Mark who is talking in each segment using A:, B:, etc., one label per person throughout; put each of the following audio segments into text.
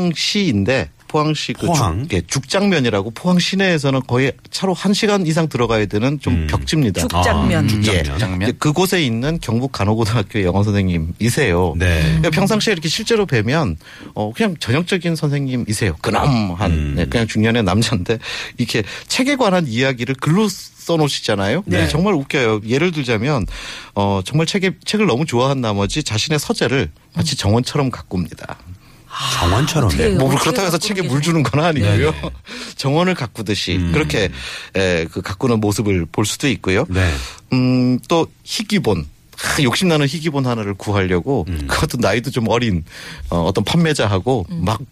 A: 포항시인데 포항시 그
B: 포항.
A: 죽, 예, 죽장면이라고 포항 시내에서는 거의 차로 1시간 이상 들어가야 되는 좀 벽지입니다.
C: 죽장면.
B: 음. 죽장면.
A: 예.
D: 장면.
A: 이제 그곳에 있는 경북 간호고등학교 영어 선생님이세요.
B: 네.
A: 그러니까 평상시에 이렇게 실제로 뵈면 어 그냥 전형적인 선생님이세요. 그놈한 네, 그냥 중년의 남자인데 이렇게 책에 관한 이야기를 글로 써놓으시잖아요.
B: 네.
A: 이게 정말 웃겨요. 예를 들자면 어 정말 책에 책을 너무 좋아한 나머지 자신의 서재를 마치 정원처럼 가꿉니다.
B: 정원처럼.
C: 네, 어떻게 해요?
A: 뭐
C: 어떻게
A: 그렇다고 해서
C: 가꾸는
A: 책에
C: 게
A: 물 주는 건 아니고요. 정원을 가꾸듯이 그렇게 에, 그 가꾸는 모습을 볼 수도 있고요.
B: 네.
A: 음, 또 희귀본. 하, 욕심나는 희귀본 하나를 구하려고 그것도 나이도 좀 어린 어, 어떤 판매자하고
C: 음.
A: 막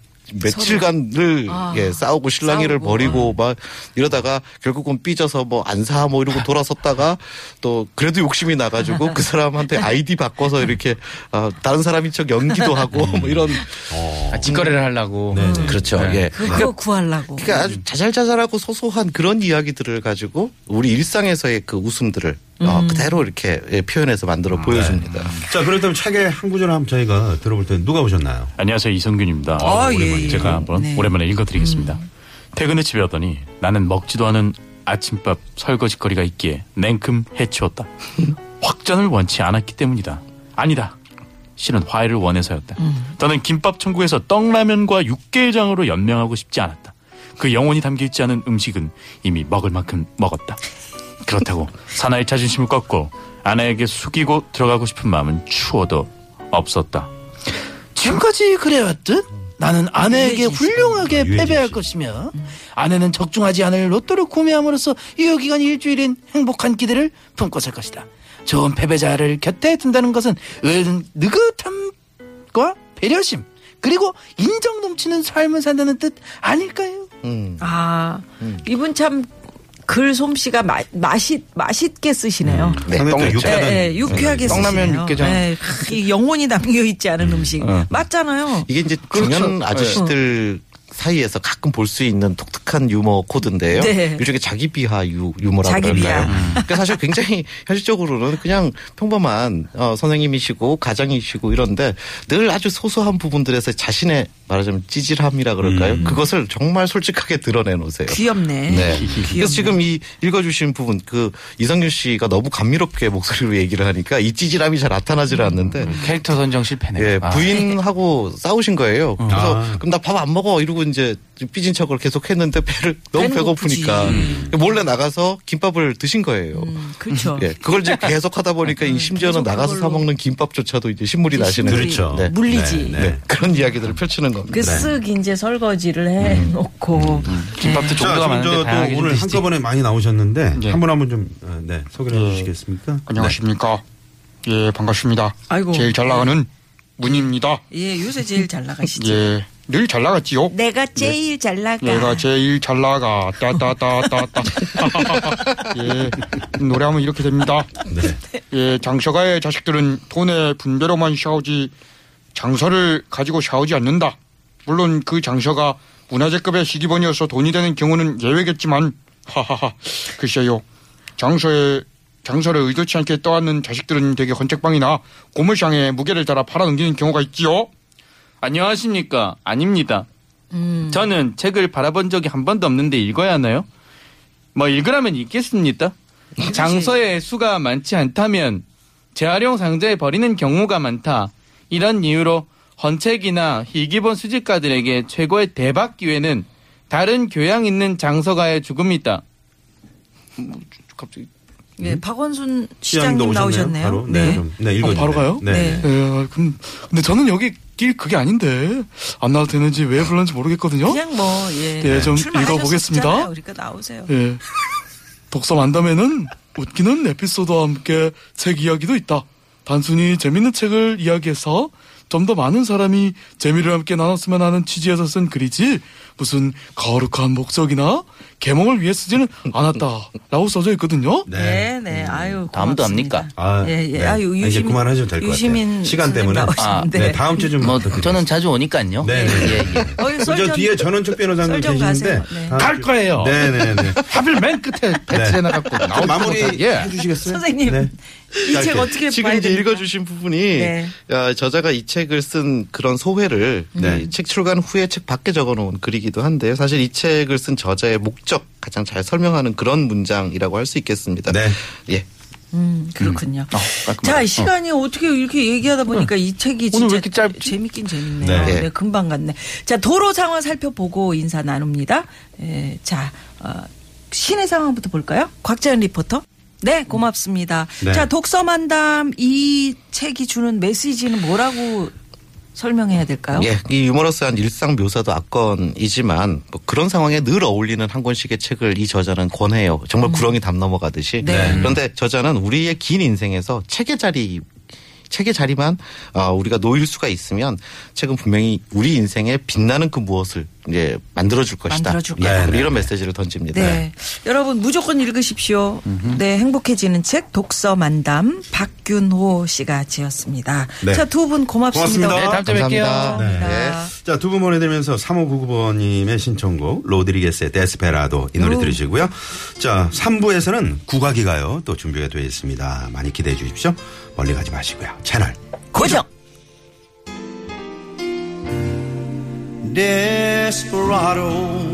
A: 며칠간을 예, 싸우고 실랑이를
C: 아, 싸우고. 아.
A: 벌이고 막 이러다가 결국은 삐져서 뭐 안 사 뭐 이러고 돌아섰다가 또 그래도 욕심이 나가지고 그 사람한테 아이디 바꿔서 이렇게 어, 다른 사람인 척 연기도 하고 뭐 이런
D: 아, 직거래를 하려고.
B: 네,
E: 네.
A: 그렇죠. 예.
C: 그거 구하려고.
A: 그러니까
E: 음.
A: 아주 자잘자잘하고 소소한 그런 이야기들을 가지고 우리 일상에서의 그 웃음들을 어, 그대로 이렇게 예, 표현해서
E: 음.
A: 만들어 보여줍니다.
E: 네.
B: 자, 그렇다면 책의 한 구절 한번 저희가 들어볼 때 누가 오셨나요?
F: 안녕하세요 이성균입니다.
C: 아, 예, 예.
F: 제가 한번
C: 네.
F: 오랜만에 읽어드리겠습니다. 퇴근해 집에 왔더니 나는 먹지도 않은 아침밥 설거지거리가 있기에 냉큼 해치웠다. 확전을 원치 않았기 때문이다. 아니다. 실은 화해를 원해서였다. 나는 김밥 천국에서 떡라면과 육개장으로 연명하고 싶지 않았다. 그 영혼이 담겨 있지 않은 음식은 이미 먹을 만큼 먹었다. 그렇다고 사나이 자존심을 꺾고 아내에게 숙이고 들어가고 싶은 마음은 추워도 없었다. 지금까지 그래왔듯 나는 아내에게 훌륭하게
B: 유해진
F: 패배할
B: 씨.
F: 것이며 아내는 적중하지 않을 로또를 구매함으로써 유효 기간 일주일인 행복한 기대를 품고 살 것이다. 좋은 패배자를 곁에 둔다는 것은 은 느긋함과 배려심 그리고 인정 넘치는 삶을 산다는 뜻 아닐까요?
C: 아, 이분 참 글 솜씨가 마, 맛이 맛있게 쓰시네요.
A: 네,
B: 상당히
A: 똥
B: 육자-
A: 있죠.
B: 육개장.
C: 예, 예, 유쾌하게 쓰시네요.
E: 떡라면 육개장.
C: 예, 크, 이 영혼이 담겨 있지 않은 음식 맞잖아요.
A: 이게 이제
E: 그렇죠.
A: 중년
E: 네.
A: 아저씨들 사이에서 가끔 볼 수 있는 독특한 유머 코드인데요.
C: 네.
A: 요즘에 자기 비하 유, 유머라고
C: 자기 비하.
A: 그럴까요?
E: 음.
A: 그러니까 사실 굉장히 현실적으로는 그냥 평범한 어, 선생님이시고 가장이시고 이런데 늘 아주 소소한 부분들에서 자신의 말하자면 찌질함이라 그럴까요?
E: 음.
A: 그것을 정말 솔직하게 드러내놓으세요.
C: 귀엽네.
A: 네.
C: 귀엽네.
A: 그래서 지금 이 읽어주신 부분 그 이성균 씨가 너무 감미롭게 목소리로 얘기를 하니까 이 찌질함이 잘 나타나질 않는데
F: 음,
D: 캐릭터 선정 실패네요.
A: 예,
D: 아.
A: 부인하고 싸우신 거예요. 그래서
B: 아.
A: 그럼 나 밥 안 먹어 이러고 이제 삐진 척을 계속 했는데 배를 너무
C: 배는
A: 배고프니까 몰래 나가서 김밥을 드신 거예요.
C: 음, 그렇죠.
A: 예, 그걸 이제 계속 하다 보니까 이 심지어는
C: 계속
A: 나가서 사
C: 그걸로.
A: 먹는 김밥조차도 이제 신물이 나시는
B: 그렇죠.
A: 네.
C: 물리지.
B: 네, 네.
A: 네, 그런 이야기들을 펼치는 겁니다.
F: 네.
C: 그쓱 이제 설거지를 해놓고
F: 음.
D: 김밥도
B: 자,
D: 종류가
B: 지금
D: 많은데
B: 저
D: 다양하게
B: 또
D: 좀
B: 오늘
D: 드시지.
B: 한꺼번에 많이 나오셨는데
E: 네.
B: 한 분 한 분 좀 어, 네, 소개를
E: 네.
B: 해주시겠습니까?
E: 안녕하십니까? 예, 반갑습니다.
C: 아이고.
E: 제일 잘 나가는 문입니다.
C: 예 요새 제일 잘 나가시죠.
E: 예, 늘 잘 나갔지요.
C: 내가 제일 잘 나가.
E: 내가 제일 잘 나가. 따따따따따. 예, 노래하면 이렇게 됩니다. 예, 장서가의 자식들은 돈의 분배로만 샤우지 장서를 가지고 샤우지 않는다. 물론 그 장서가 문화재급의 시기본이어서 돈이 되는 경우는 예외겠지만 하하하 글쎄요 장서에 장서를 의도치 않게 떠안는 자식들은 되게 헌책방이나 고물상에 무게를 달아 팔아넘기는 경우가 있지요.
F: 안녕하십니까? 아닙니다. 저는 책을 바라본 적이 한 번도 없는데 읽어야 하나요? 뭐 읽으라면 읽겠습니다. 장서의 수가 많지 않다면 재활용 상자에 버리는 경우가 많다. 이런 이유로 헌책이나 희귀본 수집가들에게 최고의 대박 기회는 다른 교양 있는 장서가의 죽음이다.
C: 예, 박원순
B: 시장도
C: 시장님
B: 오셨나요?
C: 나오셨네요.
B: 바로 네, 좀, 네 읽어주세요.
F: 바로 가요?
B: 네.
C: 네.
F: 예, 그럼 근데 저는 여기 딜 그게 아닌데 안 나와도 되는지 왜 불렀는지 모르겠거든요.
C: 그냥 뭐 예.
F: 예, 좀
C: 출마하셨었잖아요.
F: 읽어보겠습니다.
C: 그러니까 나오세요.
F: 예. 독서 만담에는 웃기는 에피소드와 함께 책 이야기도 있다. 단순히 재밌는 책을 이야기해서 좀 더 많은 사람이 재미를 함께 나눴으면 하는 취지에서 쓴 글이지 무슨 거룩한 목적이나 계몽을 위해 쓰지는 않았다라고 써져 있거든요.
C: 네, 네. 아유,
D: 다음도
C: 고맙습니다.
D: 합니까?
B: 아,
C: 예, 예.
B: 네.
C: 아유, 유시민
B: 이제 그만하셔도 될것 같아요.
C: 유시민
B: 시간
C: 선생님
B: 때문에.
C: 나오시는데.
B: 네, 다음 주좀
D: 뭐 저는 자주 오니까요.
B: 네, 네.
D: 예, 예.
C: 어,
B: 저
C: 설전-
B: 뒤에 전원책 변호사님
C: 설정
B: 계시는데
C: 가세요. 네.
B: 다음
F: 갈
B: 주-
F: 거예요.
B: 네, 네, 네.
F: 하필 맨 끝에 배틀해 나갔고
D: 어,
F: 나오지도 못하게.
B: 마무리
F: 예.
B: 해주시겠어요?
C: 선생님.
B: 네.
C: 이 책 어떻게
A: 지금
C: 봐야
A: 이제
C: 됩니까?
A: 읽어주신 부분이
C: 네.
A: 어, 저자가 이 책을 쓴 그런 소회를
B: 네.
A: 이책 출간 후에 책 밖에 적어놓은 글이기도 한데요. 사실 이 책을 쓴 저자의 목적 가장 잘 설명하는 그런 문장이라고 할 수 있겠습니다.
B: 네.
A: 예.
C: 음, 그렇군요. 자, 시간이 어. 떻게 이렇게 얘기하다 보니까 이 책이 진짜 재밌긴 재밌네요.
A: 네.
C: 네, 금방 갔네. 자, 도로 상황 살펴보고 인사 나눕니다. 예, 자, 어, 시내 상황부터 볼까요? 곽재현 리포터. 네, 고맙습니다.
B: 네.
C: 자, 독서 만담 이 책이 주는 메시지는 뭐라고 설명해야 될까요?
A: 예, 이 유머러스한 일상 묘사도 악건이지만 뭐 그런 상황에 늘 어울리는 한 권씩의 책을 이 저자는 권해요. 정말 구렁이 담 넘어가듯이.
C: 음. 네.
A: 그런데 저자는 우리의 긴 인생에서 책의 자리 책의 자리만 어, 우리가 놓일 수가 있으면 책은 분명히 우리 인생의 빛나는 그 무엇을 이제 만들어줄 것이다.
C: 만들어줄
A: 예,
D: 네,
B: 거다.
A: 이런 메시지를 던집니다.
C: 네. 여러분 무조건 읽으십시오. 네, 행복해지는 책 독서 만담 박균호 씨가 지었습니다.
B: 네.
C: 자, 두 분 고맙습니다.
B: 고맙습니다.
D: 네, 다음 주에 뵐게요.
A: 감사합니다. 네.
C: 감사합니다.
B: 자, 두 분 보내드리면서 3599번님의 신청곡, 로드리게스의 데스페라도 이 노래 들으시고요. 자, 3부에서는 국악이 가요. 또 준비가 되어 있습니다. 많이 기대해 주십시오. 멀리 가지 마시고요. 채널
C: 고정.
G: Desperado,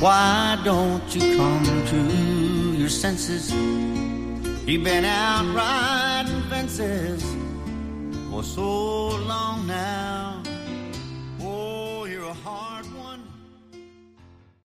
G: why don't you come to your senses? You've been out riding fences for so long now. Oh,